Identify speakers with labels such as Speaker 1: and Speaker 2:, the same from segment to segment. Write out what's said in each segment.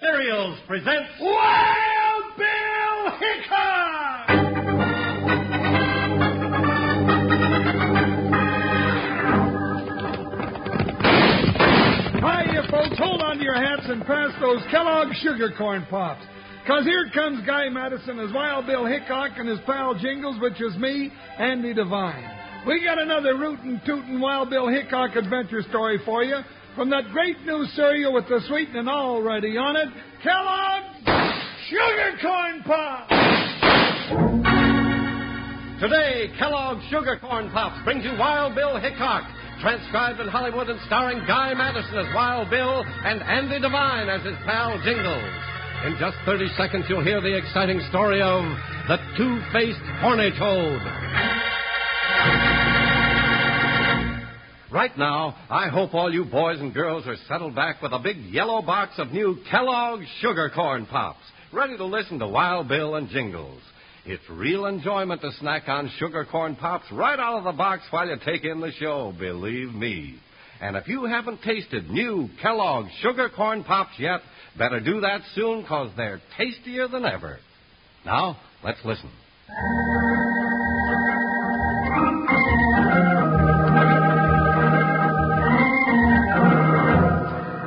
Speaker 1: Cereals presents Wild Bill Hickok! Hi, you folks, hold on to your hats and pass those Kellogg sugar corn pops. Cause here comes Guy Madison as Wild Bill Hickok and his pal Jingles, which is me, Andy Devine. We got another rootin' tootin' Wild Bill Hickok adventure story for you from that great new cereal with the sweetening already on it, Kellogg's Sugar Corn Pops.
Speaker 2: Today, Kellogg's Sugar Corn Pops brings you Wild Bill Hickok, transcribed in Hollywood and starring Guy Madison as Wild Bill and Andy Devine as his pal Jingles. In just 30 seconds, you'll hear the exciting story of the two-faced horny toad. Right now, I hope all you boys and girls are settled back with a big yellow box of new Kellogg's Sugar Corn Pops, ready to listen to Wild Bill and Jingles. It's real enjoyment to snack on Sugar Corn Pops right out of the box while you take in the show, believe me. And if you haven't tasted new Kellogg's Sugar Corn Pops yet, better do that soon because they're tastier than ever. Now, let's listen.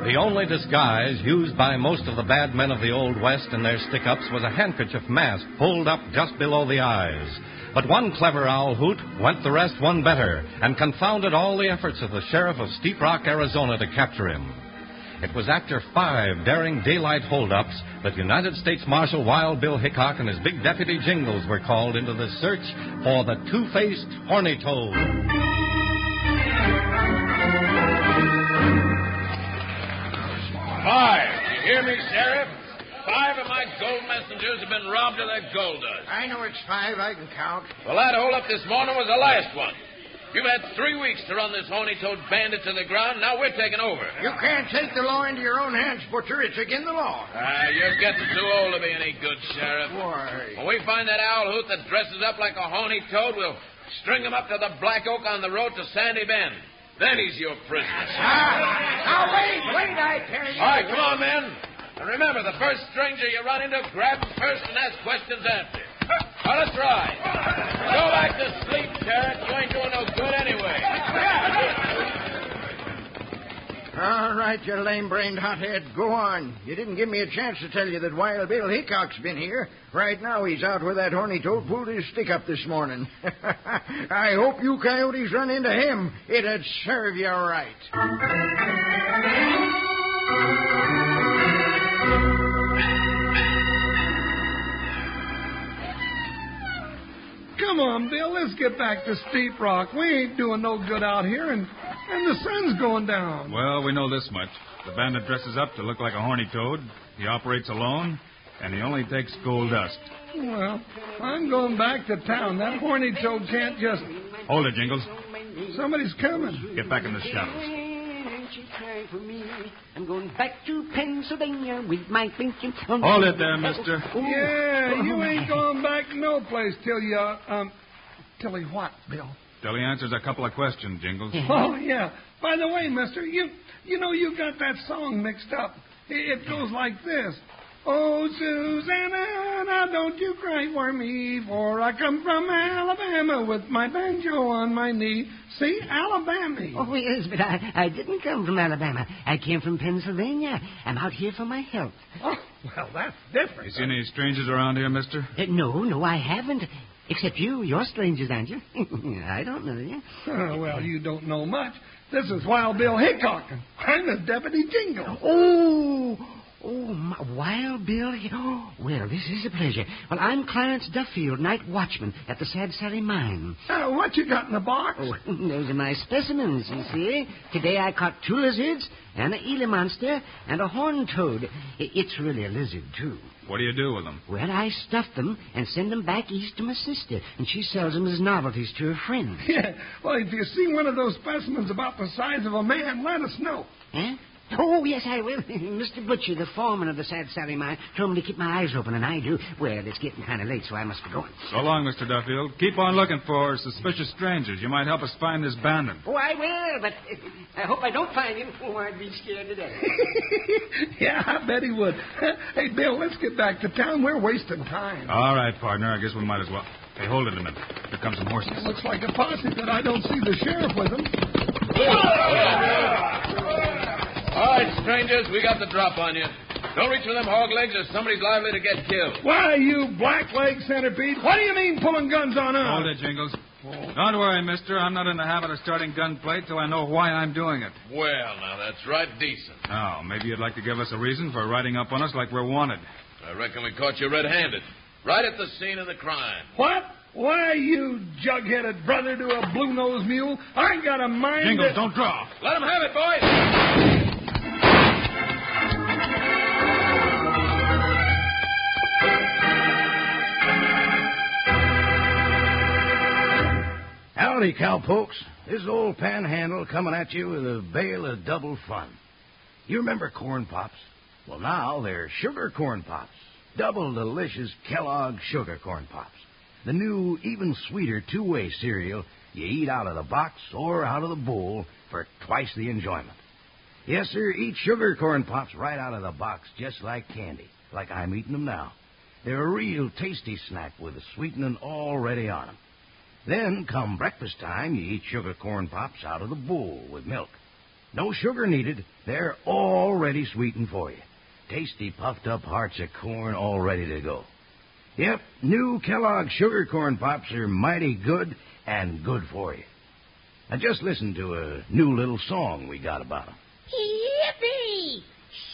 Speaker 2: The only disguise used by most of the bad men of the Old West in their stick ups was a handkerchief mask pulled up just below the eyes. But one clever owl hoot went the rest one better and confounded all the efforts of the sheriff of Steep Rock, Arizona to capture him. It was after five daring daylight holdups that United States Marshal Wild Bill Hickok and his big deputy Jingles were called into the search for the two faced horny toad.
Speaker 3: Five. You hear me, Sheriff? Five of my gold messengers have been robbed of their gold dust.
Speaker 4: I know it's five. I can count.
Speaker 3: Well, that holdup this morning was the last one. You've had three weeks to run this horny toad bandit to the ground. Now we're taking over.
Speaker 4: You can't take the law into your own hands, Butcher. It's again the law.
Speaker 3: Ah, you're getting too old to be any good, Sheriff.
Speaker 4: Why?
Speaker 3: When we find that owl hoot that dresses up like a horny toad, we'll string him up to the black oak on the road to Sandy Bend. Then he's your prisoner.
Speaker 4: Ah, now wait, wait, I tell you.
Speaker 3: All right, come on, men. And remember, the first stranger you run into, grab him first and ask questions after. Now, let's ride. Go back to sleep, Sheriff. You ain't doing no good anyway.
Speaker 4: All right, you lame-brained hothead. Go on. You didn't give me a chance to tell you that Wild Bill Hickok's been here. Right now he's out where that horny toad pulled his stick up this morning. I hope you coyotes run into him. It'd serve you right.
Speaker 1: Come on, Bill, let's get back to Steep Rock. We ain't doing no good out here, and, and the sun's going down.
Speaker 5: Well, we know this much. The bandit dresses up to look like a horny toad, he operates alone, and he only takes gold dust.
Speaker 1: Well, I'm going back to town. That horny toad can't just.
Speaker 5: Hold it, Jingles.
Speaker 1: Somebody's coming.
Speaker 5: Get back in the shadows.
Speaker 6: And she cried for me. I'm going back to Pennsylvania with my pinky.
Speaker 5: Hold it there, mister.
Speaker 1: Yeah, you ain't going back no place till you, uh, um, till he what, Bill?
Speaker 5: Till he answers a couple of questions, Jingles.
Speaker 1: Oh yeah. By the way, Mister, you you know you got that song mixed up. I- It goes like this: Oh, Susanna, now don't you cry for me, for I come from Alabama with my banjo on my knee. See, Alabama.
Speaker 6: Oh, yes, but I, I didn't come from Alabama. I came from Pennsylvania. I'm out here for my health.
Speaker 1: Oh, well, that's different.
Speaker 5: You see any strangers around here, mister?
Speaker 6: Uh, no, no, I haven't. Except you. You're strangers, aren't you? I don't know you.
Speaker 1: Oh, well, you don't know much. This is Wild Bill Hickok. and I'm the deputy jingle.
Speaker 6: Oh, oh, my, Wild Bill. Hick- Oh, well, this is a pleasure. Well, I'm Clarence Duffield, night watchman at the Sad Sally Mine.
Speaker 1: Uh, what you got in the box?
Speaker 6: Oh, those are my specimens, you see. Today I caught two lizards, and an Gila monster, and a horned toad. I- It's really a lizard, too.
Speaker 5: What do you do with them?
Speaker 6: Well, I stuff them and send them back east to my sister, and she sells them as novelties to her friends.
Speaker 1: Yeah. Well, if you see one of those specimens about the size of a man, let us know.
Speaker 6: Huh? Oh, yes, I will. Mr. Butcher, the foreman of the Sad Sally Mine, told me to keep my eyes open, and I do. Well, it's getting kind of late, so I must be going.
Speaker 5: So long, Mr. Duffield. Keep on looking for suspicious strangers. You might help us find this bandit.
Speaker 6: Oh, I will, but I hope I don't find him. Oh, I'd be scared to death.
Speaker 1: yeah, I bet he would. hey, Bill, let's get back to town. We're wasting time.
Speaker 5: All right, partner. I guess we might as well. Hey, hold it a minute. Here come some horses.
Speaker 1: Looks like a posse, but I don't see the sheriff with him.
Speaker 3: All right, strangers, we got the drop on you. Don't reach for them hog legs or somebody's liable to get killed.
Speaker 1: Why, you blackleg centipede? What do you mean pulling guns on us?
Speaker 5: Hold it, Jingles. Don't worry, mister. I'm not in the habit of starting gunplay till I know why I'm doing it.
Speaker 3: Well, now that's right decent.
Speaker 5: Now, maybe you'd like to give us a reason for riding up on us like we're wanted.
Speaker 3: I reckon we caught you red-handed, right at the scene of the crime.
Speaker 1: What? Why, you jug-headed brother to a blue-nosed mule? I got a mind.
Speaker 5: Jingles,
Speaker 1: that-
Speaker 5: don't draw.
Speaker 3: Let 'em have it, boys.
Speaker 4: Howdy, cowpokes. This is old Panhandle coming at you with a bale of double fun. You remember corn pops? Well, now they're sugar corn pops. Double delicious Kellogg sugar corn pops. The new, even sweeter two way cereal you eat out of the box or out of the bowl for twice the enjoyment. Yes, sir, eat sugar corn pops right out of the box just like candy, like I'm eating them now. They're a real tasty snack with a sweetening already on 'em. Then, come breakfast time, you eat sugar corn pops out of the bowl with milk. No sugar needed. They're already sweetened for you. Tasty, puffed up hearts of corn all ready to go. Yep, new Kellogg sugar corn pops are mighty good and good for you. Now, just listen to a new little song we got about 'em.
Speaker 7: Yippee!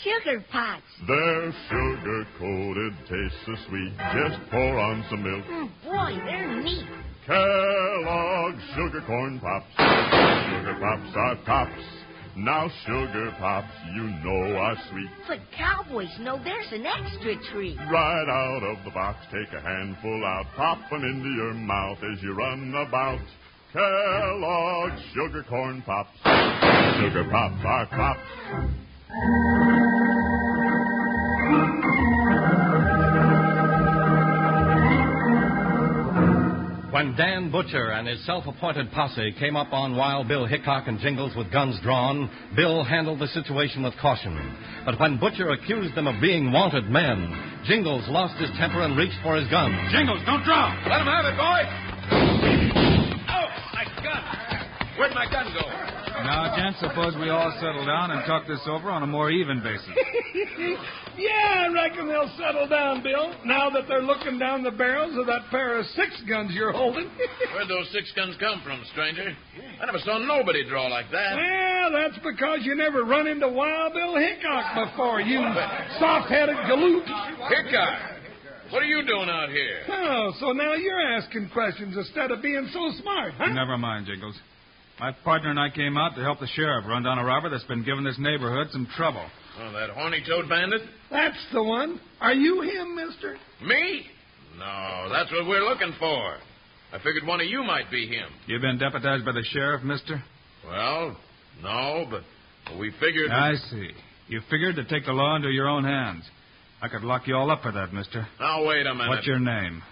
Speaker 7: Sugar pots.
Speaker 8: They're sugar coated, taste so sweet. Just pour on some milk.
Speaker 7: Mm, boy, they're neat.
Speaker 8: Kellogg's sugar corn pops. Sugar pops are tops. Now sugar pops, you know are sweet.
Speaker 7: But cowboys know there's an extra treat.
Speaker 8: Right out of the box, take a handful out, pop 'em into your mouth as you run about. Kellogg's sugar corn pops. Sugar pops are pops.
Speaker 2: When Dan Butcher and his self appointed posse came up on Wild Bill Hickok and Jingles with guns drawn, Bill handled the situation with caution. But when Butcher accused them of being wanted men, Jingles lost his temper and reached for his gun.
Speaker 5: Jingles, don't draw.
Speaker 3: Let 'em have it, boys. Oh, my gun. Where'd my gun go?
Speaker 5: Now, gents, suppose we all settle down and talk this over on a more even basis.
Speaker 1: Yeah, I reckon they'll settle down, Bill, now that they're looking down the barrels of that pair of six guns you're holding.
Speaker 3: Where'd those six guns come from, stranger? I never saw nobody draw like that.
Speaker 1: well, that's because you never run into Wild Bill Hickok before, you soft headed galoot.
Speaker 3: Hickok, what are you doing out here?
Speaker 1: Oh, so now you're asking questions instead of being so smart, huh?
Speaker 5: Never mind, Jingles. My partner and I came out to help the sheriff run down a robber that's been giving this neighborhood some trouble.
Speaker 3: Oh, that horny toad bandit?
Speaker 1: That's the one. Are you him, mister?
Speaker 3: Me? No, that's what we're looking for. I figured one of you might be him.
Speaker 5: You've been deputized by the sheriff, mister?
Speaker 3: Well, no, but we figured.
Speaker 5: I see. You figured to take the law into your own hands. I could lock you all up for that, mister.
Speaker 3: Now, wait a minute.
Speaker 5: What's your name?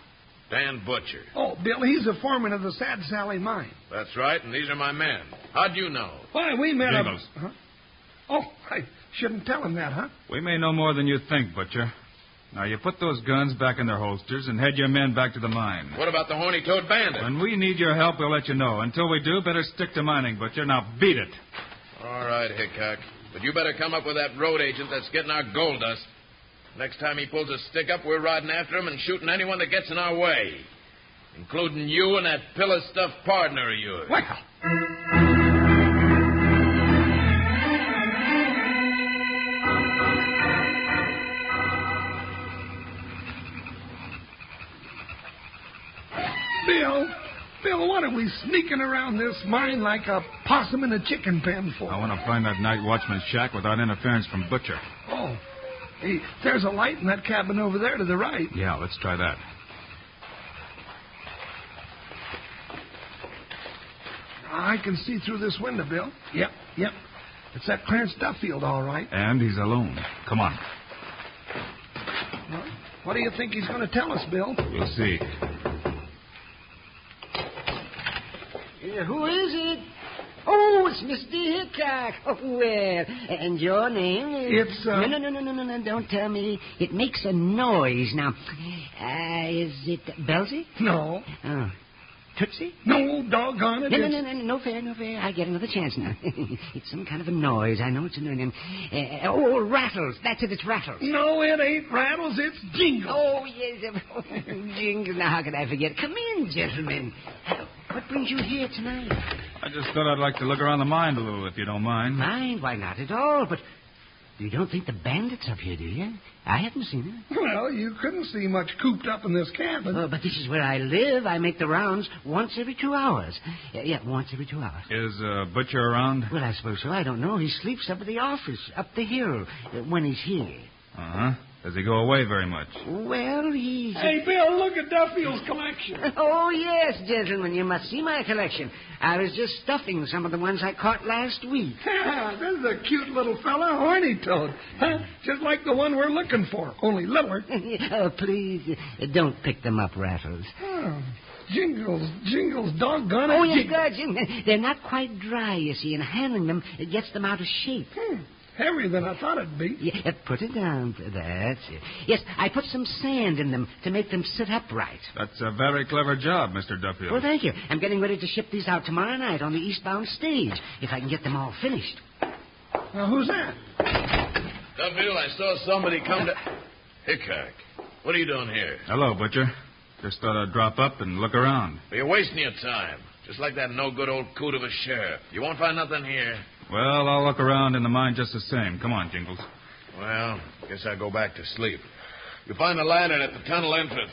Speaker 3: Dan Butcher.
Speaker 1: Oh, Bill, he's a foreman of the Sad Sally Mine.
Speaker 3: That's right, and these are my men. How'd you know?
Speaker 1: Why, we met
Speaker 5: Jingles.
Speaker 1: a. Huh? Oh, I shouldn't tell him that, huh?
Speaker 5: We may know more than you think, Butcher. Now, you put those guns back in their holsters and head your men back to the mine.
Speaker 3: What about the horny toad bandit?
Speaker 5: When we need your help, we'll let you know. Until we do, better stick to mining, Butcher. Now, beat it.
Speaker 3: All right, Hickok. But you better come up with that road agent that's getting our gold dust. Next time he pulls a stick up, we're riding after him and shooting anyone that gets in our way, including you and that pillow stuffed partner of yours. Well.
Speaker 1: Bill, Bill, what are we sneaking around this mine like a possum in a chicken pen for?
Speaker 5: I want to find that night watchman's shack without interference from Butcher.
Speaker 1: Oh, hey, there's a light in that cabin over there to the right.
Speaker 5: Yeah, let's try that.
Speaker 1: I can see through this window, Bill. Yep, yep. It's that Clarence Duffield, all right.
Speaker 5: And he's alone. Come on.
Speaker 1: Well, what do you think he's going to tell us, Bill?
Speaker 5: We'll see.
Speaker 6: Uh, who is it? Oh, it's Mr. Hickok. Oh, well, and your name is...
Speaker 1: It's, uh,
Speaker 6: No, no, no, no, no, no, no, don't tell me. It makes a noise. Now, uh, is it Belzy?
Speaker 1: No.
Speaker 6: Oh, Tootsie?
Speaker 1: No, doggone it.
Speaker 6: No, no,
Speaker 1: it's-
Speaker 6: no, no, no fair, no fair. I get another chance now. it's some kind of a noise. I know it's a noise. Uh, oh, rattles. That's it. It's rattles.
Speaker 1: No, it ain't Rattles, it's Jingle.
Speaker 6: Oh, yes. Oh, Jingles. Now, how could I forget? Come in, gentlemen. What brings you here tonight?
Speaker 5: I just thought I'd like to look around the mine a little, if you don't mind.
Speaker 6: Mind? Why, not at all. But you don't think the bandit's up here, do you? I haven't seen them.
Speaker 1: Well, you couldn't see much cooped up in this cabin.
Speaker 6: Oh, but this is where I live. I make the rounds once every two hours. Yeah, yeah once every two hours.
Speaker 5: Is uh, Butcher around?
Speaker 6: Well, I suppose so. I don't know. He sleeps up at the office, up the hill, uh, when he's here.
Speaker 5: Uh huh. Does he go away very much?
Speaker 6: Well, he's.
Speaker 1: hey, Bill, look at Duffield's collection.
Speaker 6: Oh, yes, gentlemen, you must see my collection. I was just stuffing some of the ones I caught last week. Uh.
Speaker 1: this is a cute little fella, horny toad. Huh? Just like the one we're looking for, only littler.
Speaker 6: oh, please, uh, don't pick them up, Rattles.
Speaker 1: Oh, jingles, jingles, doggone it.
Speaker 6: Oh, yes,
Speaker 1: jingles.
Speaker 6: Gudgeon. They're not quite dry, you see, and handling them it gets them out of shape.
Speaker 1: Hmm, heavier than I thought it'd be.
Speaker 6: Yeah, put it down. That's it. Yes, I put some sand in them to make them sit upright.
Speaker 5: That's a very clever job, Mr. Duffield.
Speaker 6: Well, thank you. I'm getting ready to ship these out tomorrow night on the eastbound stage, if I can get them all finished.
Speaker 1: Now, who's that?
Speaker 3: Duffield, I saw somebody come to. Hickok, what are you doing here?
Speaker 5: Hello, Butcher. Just thought I'd drop up and look around.
Speaker 3: You're wasting your time. Just like that no good old coot of a sheriff. You won't find nothing here.
Speaker 5: Well, I'll look around in the mine just the same. Come on, Jingles.
Speaker 3: Well, guess I'll go back to sleep. You find the lantern at the tunnel entrance.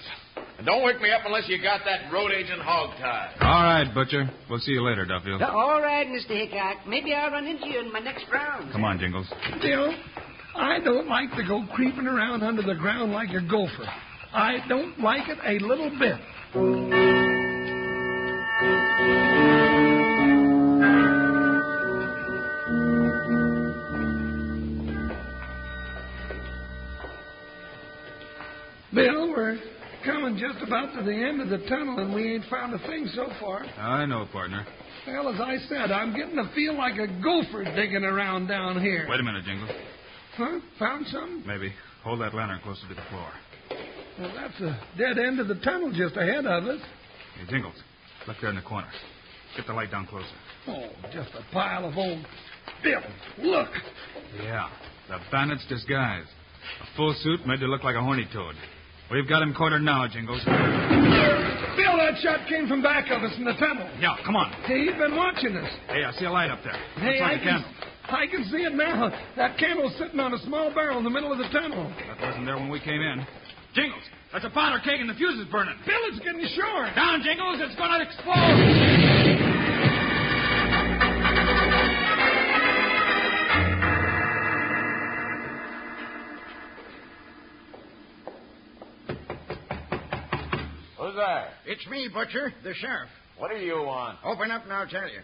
Speaker 3: And don't wake me up unless you got that road agent hogtied.
Speaker 5: All right, Butcher. We'll see you later, Duffield.
Speaker 6: Uh, All right, Mr. Hickok. Maybe I'll run into you in my next round.
Speaker 5: Come on, Jingles.
Speaker 1: Bill, I don't like to go creeping around under the ground like a gopher. I don't like it a little bit. Bill, we're coming just about to the end of the tunnel, and we ain't found a thing so far.
Speaker 5: I know, partner.
Speaker 1: Well, as I said, I'm getting to feel like a gopher digging around down here.
Speaker 5: Wait a minute, Jingles.
Speaker 1: Huh? Found something?
Speaker 5: Maybe. Hold that lantern closer to the floor.
Speaker 1: Well, that's a dead end of the tunnel just ahead of us.
Speaker 5: Hey, Jingles. Look there in the corner. Get the light down closer.
Speaker 1: Oh, just a pile of old filth. Look.
Speaker 5: Yeah. The bandit's disguise. A full suit made to look like a horny toad. We've got him cornered now, Jingles.
Speaker 1: Bill, that shot came from back of us in the tunnel.
Speaker 5: Yeah, come on.
Speaker 1: Hey, he's been watching us.
Speaker 5: Hey, I see a light up there.
Speaker 1: Hey,
Speaker 5: Looks
Speaker 1: I
Speaker 5: like a
Speaker 1: can,
Speaker 5: candle.
Speaker 1: I can see it now. That candle's sitting on a small barrel in the middle of the tunnel.
Speaker 5: That wasn't there when we came in. Jingles, that's a powder keg and the fuse is burning.
Speaker 1: Bill, it's getting short.
Speaker 5: Down, Jingles, it's going to explode.
Speaker 3: Who's there?
Speaker 4: It's me, Butcher, the sheriff.
Speaker 3: What do you want?
Speaker 4: Open up and I'll tell you.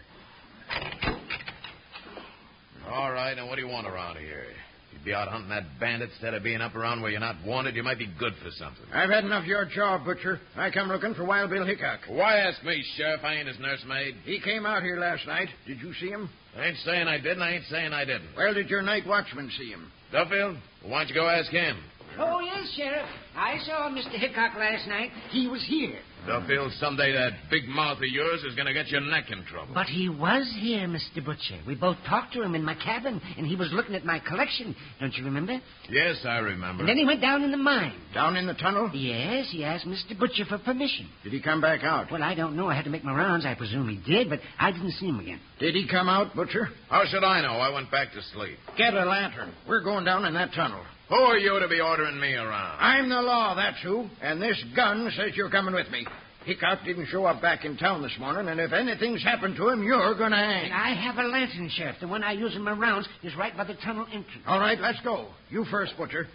Speaker 3: All right, now what do you want around here? You'd be out hunting that bandit instead of being up around where you're not wanted. You might be good for something.
Speaker 4: I've had enough of your job, Butcher. I come looking for Wild Bill Hickok.
Speaker 3: Why ask me, Sheriff? I ain't his nursemaid.
Speaker 4: He came out here last night. Did you see him?
Speaker 3: I ain't saying I did, and I ain't saying I didn't.
Speaker 4: Well, did your night watchman see him?
Speaker 3: Duffield, why don't you go ask him?
Speaker 9: Oh, yes, Sheriff. I saw Mr. Hickok last night. He was here.
Speaker 10: Duffield, someday that big mouth of yours is going to get your neck in trouble.
Speaker 9: But he was here, Mr. Butcher. We both talked to him in my cabin, and he was looking at my collection. Don't you remember?
Speaker 10: Yes, I remember.
Speaker 9: And then he went down in the mine.
Speaker 2: Down in the tunnel?
Speaker 9: Yes, he asked Mr. Butcher for permission.
Speaker 2: Did he come back out?
Speaker 9: Well, I don't know. I had to make my rounds. I presume he did, but I didn't see him again.
Speaker 2: Did he come out, Butcher?
Speaker 10: How should I know? I went back to sleep.
Speaker 2: Get a lantern. We're going down in that tunnel.
Speaker 10: Who are you to be ordering me around?
Speaker 2: I'm the law, that's who. And this gun says you're coming with me. Hickok didn't show up back in town this morning, and if anything's happened to him, you're going to hang.
Speaker 9: And I have a lantern, Sheriff. The one I use in my rounds is right by the tunnel entrance.
Speaker 2: All right, let's go. You first, Butcher.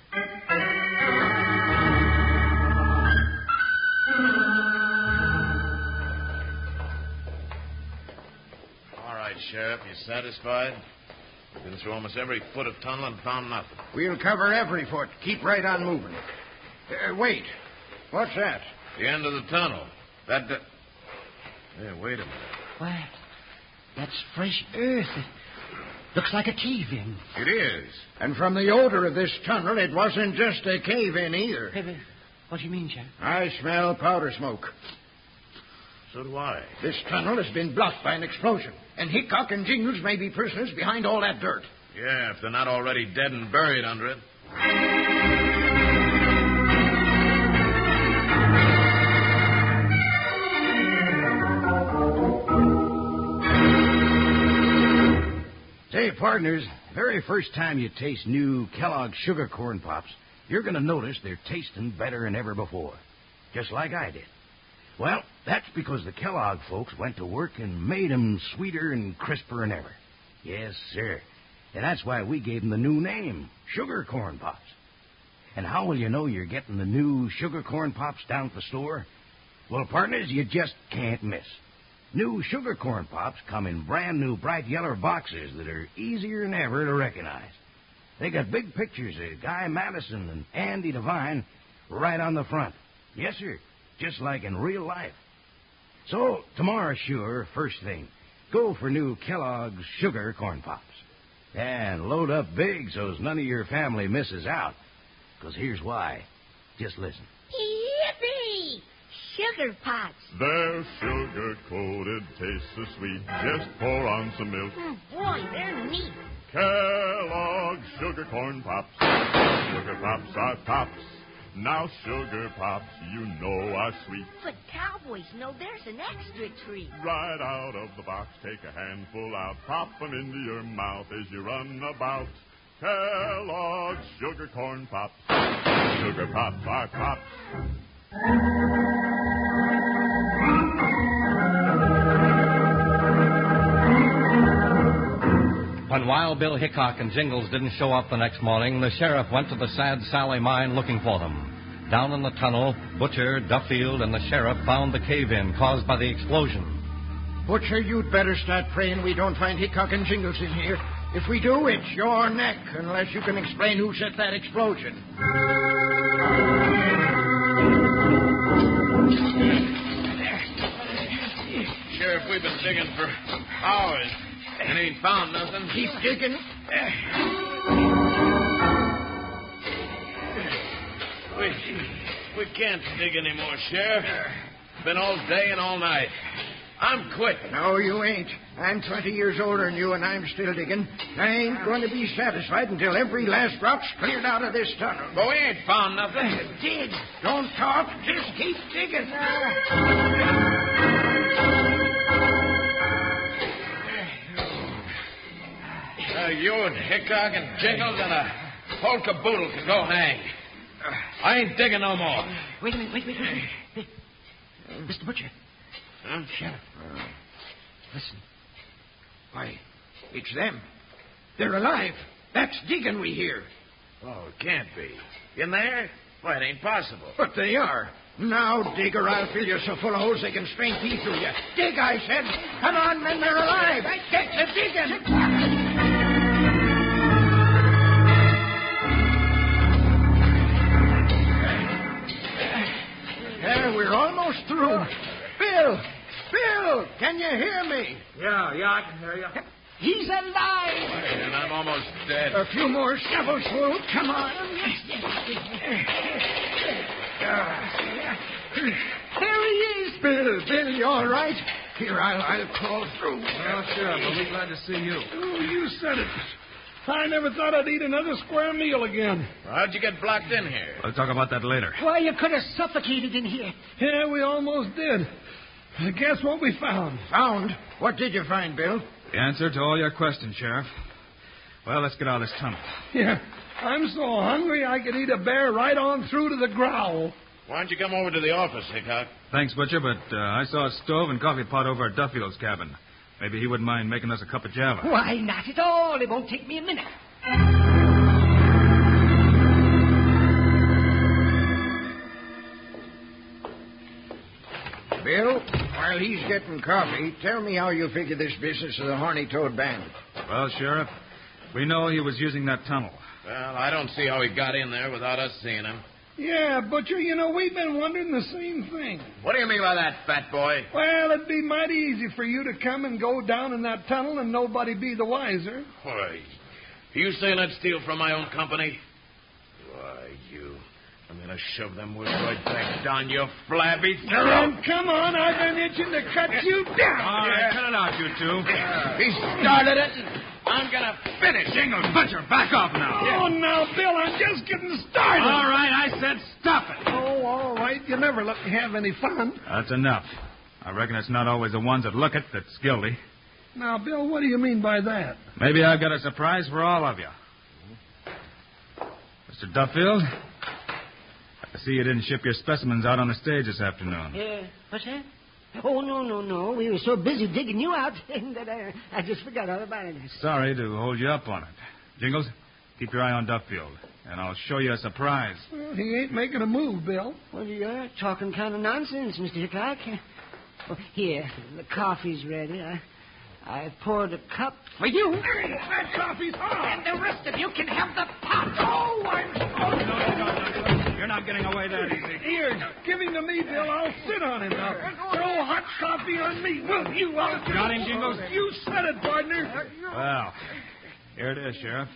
Speaker 10: All right, Sheriff, you satisfied? We've been through almost every foot of tunnel and found nothing.
Speaker 2: We'll cover every foot. Keep right on moving. Uh, wait. What's that?
Speaker 10: The end of the tunnel. That. d Hey, wait a minute.
Speaker 9: What? That's fresh earth. Looks like a cave in.
Speaker 10: It is.
Speaker 2: And from the odor of this tunnel, it wasn't just a cave in either.
Speaker 9: What do you mean, Sheriff?
Speaker 2: I smell powder smoke.
Speaker 10: So do I.
Speaker 2: This tunnel has been blocked by an explosion, and Hickok and Jingles may be prisoners behind all that dirt.
Speaker 10: Yeah, if they're not already dead and buried under it.
Speaker 6: Say, partners, very first time you taste new Kellogg's Sugar Corn Pops, you're going to notice they're tasting better than ever before, just like I did. Well, that's because the Kellogg folks went to work and made 'em sweeter and crisper than ever. Yes, sir. And that's why we gave 'em the new name, Sugar Corn Pops. And how will you know you're getting the new Sugar Corn Pops down at the store? Well, partners, you just can't miss. New sugar corn pops come in brand new bright yellow boxes that are easier than ever to recognize. They got big pictures of Guy Madison and Andy Devine right on the front. Yes, sir, just like in real life. So, tomorrow, sure, first thing, go for new Kellogg's Sugar Corn Pops. And load up big so's none of your family misses out. 'Cause here's why. Just listen.
Speaker 7: Yippee! Sugar pots.
Speaker 3: Their sugar coated tastes so sweet. Just pour on some milk.
Speaker 7: Mm, boy, they're neat.
Speaker 3: Kellogg's Sugar Corn Pops. Sugar Pops are pops. Now Sugar Pops, you know are sweet.
Speaker 7: But cowboys know there's an extra treat.
Speaker 3: Right out of the box, take a handful out, pop 'em into your mouth as you run about. Kellogg's Sugar Corn Pops. Sugar Pops are pops.
Speaker 11: When Wild Bill Hickok and Jingles didn't show up the next morning, the sheriff went to the Sad Sally mine looking for them. Down in the tunnel, Butcher, Duffield, and the sheriff found the cave in caused by the explosion.
Speaker 2: Butcher, you'd better start praying we don't find Hickok and Jingles in here. If we do, it's your neck, unless you can explain who set that explosion.
Speaker 10: Sheriff, we've been digging for hours and ain't found nothing.
Speaker 2: Keep digging.
Speaker 10: We, we can't dig anymore, Sheriff. Been all day and all night. I'm quitting.
Speaker 2: No, you ain't. I'm 20 years older than you, and I'm still digging. I ain't going to be satisfied until every last rock's cleared out of this tunnel.
Speaker 10: But we ain't found nothing.
Speaker 2: Dig. Don't talk. Just keep digging.
Speaker 10: Uh, you and Hickok and Jingles and a whole caboodle can go hang. I ain't digging no more.
Speaker 9: Wait a minute, wait, wait, wait. wait. Mr. Butcher,
Speaker 10: Huh? Sheriff.
Speaker 9: listen.
Speaker 2: Why, it's them. They're alive. That's digging we hear.
Speaker 10: Oh, it can't be. In there? Why, it ain't possible.
Speaker 2: But they are. Now, digger, I'll fill you so full of holes they can strain teeth through you. Dig, I said. Come on, men, they're alive. I get to digging. There, we're almost through. Bill! Bill! Can you hear me?
Speaker 1: Yeah, yeah, I can hear you.
Speaker 6: He's alive!
Speaker 3: And I'm almost dead.
Speaker 4: A few more shovels, Swoop. Come on. There he is. Bill, Bill, you all right? Here, I'll, I'll crawl through.
Speaker 5: Well, sure, but we're glad to see you.
Speaker 1: Oh, you said it. I never thought I'd eat another square meal again.
Speaker 3: How'd you get blocked in here?
Speaker 5: We'll talk about that later.
Speaker 6: Why, you could have suffocated in here.
Speaker 1: Yeah, we almost did. Guess what we found?
Speaker 4: Found? What did you find, Bill?
Speaker 5: The answer to all your questions, Sheriff. Well, let's get out of this tunnel.
Speaker 1: Yeah, I'm so hungry I could eat a bear right on through to the growl.
Speaker 3: Why don't you come over to the office, Hickok?
Speaker 5: Thanks, Butcher, but uh, I saw a stove and coffee pot over at Duffield's cabin. Maybe he wouldn't mind making us a cup of java.
Speaker 6: Why, not at all. It won't take me a minute.
Speaker 4: Bill, while he's getting coffee, tell me how you figure this business of the Horny Toad Bandit.
Speaker 5: Well, Sheriff, we know he was using that tunnel.
Speaker 3: Well, I don't see how he got in there without us seeing him.
Speaker 1: Yeah, Butcher, you know, we've been wondering the same thing.
Speaker 3: What do you mean by that, fat boy?
Speaker 1: Well, it'd be mighty easy for you to come and go down in that tunnel and nobody be the wiser.
Speaker 3: Why, are you saying I'd steal from my own company? Why, you. I'm going to shove them words right back down your flabby throat.
Speaker 1: And come on, I've been itching to cut you down.
Speaker 5: All right, cut it out, you two.
Speaker 3: He started it, and I'm going to finish.
Speaker 5: Jingles, Butcher, back off now.
Speaker 1: Oh, now, Bill, I'm just getting started.
Speaker 5: All right, I said stop it.
Speaker 1: Oh, all right. You never let me have any fun.
Speaker 5: That's enough. I reckon it's not always the ones that look it that's guilty.
Speaker 1: Now, Bill, what do you mean by that?
Speaker 5: Maybe I've got a surprise for all of you. Mr. Duffield, I see you didn't ship your specimens out on the stage this afternoon.
Speaker 6: Uh, what's that? Oh, no, no, no. We were so busy digging you out that I, I just forgot all about it.
Speaker 5: Sorry to hold you up on it. Jingles, keep your eye on Duffield, and I'll show you a surprise.
Speaker 1: Well, he ain't making a move, Bill.
Speaker 6: Well, you're talking kind of nonsense, Mr. Hickok. Oh, here, the coffee's ready. I, I poured a cup for you.
Speaker 1: That coffee's hot.
Speaker 6: the rest of you can have the pot. Oh, I'm
Speaker 5: No, no, no, no. You're not getting away that easy.
Speaker 1: Here, give him to me, Bill. I'll sit on him now. Throw hot coffee on me, will you? I'll
Speaker 5: Got him, Jingles?
Speaker 1: You said it, partner.
Speaker 5: Well, here it is, Sheriff.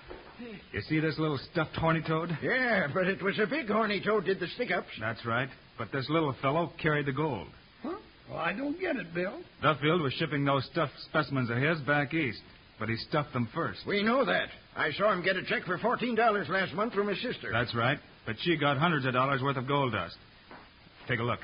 Speaker 5: You see this little stuffed horny toad?
Speaker 4: Yeah, but it was a big Horny Toad did the stick-ups.
Speaker 5: That's right. But this little fellow carried the gold.
Speaker 1: Huh? Well, I don't get it, Bill.
Speaker 5: Duffield was shipping those stuffed specimens of his back east, but he stuffed them first.
Speaker 4: We know that. I saw him get a check for $14 last month from his sister.
Speaker 5: That's right. But she got hundreds of dollars worth of gold dust. Take a look.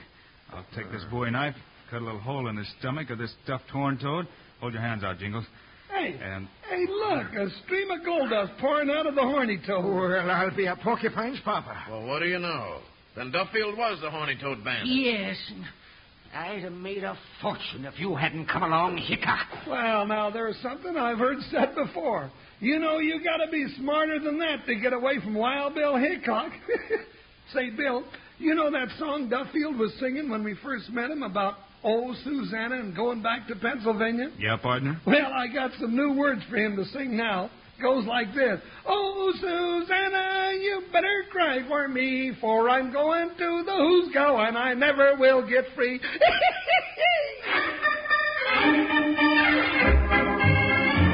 Speaker 5: I'll take this bowie knife, cut a little hole in the stomach of this stuffed horn toad. Hold your hands out, Jingles.
Speaker 1: Hey,
Speaker 5: And
Speaker 1: hey, look, a stream of gold dust pouring out of the horny toe.
Speaker 4: Well, I'll be a porcupine's papa.
Speaker 3: Well, what do you know? Then Duffield was the horny toad bandit.
Speaker 6: Yes. I'd have made a fortune if you hadn't come along, Hickok.
Speaker 1: Well, now, there's something I've heard said before. You know, you got to be smarter than that to get away from Wild Bill Hickok. Say, Bill, you know that song Duffield was singing when we first met him about old Susanna and going back to Pennsylvania?
Speaker 5: yeah, partner.
Speaker 1: Well, I got some new words for him to sing now. Goes like this. Oh, Susanna, you better cry for me, for I'm going to the who's go and I never will get free.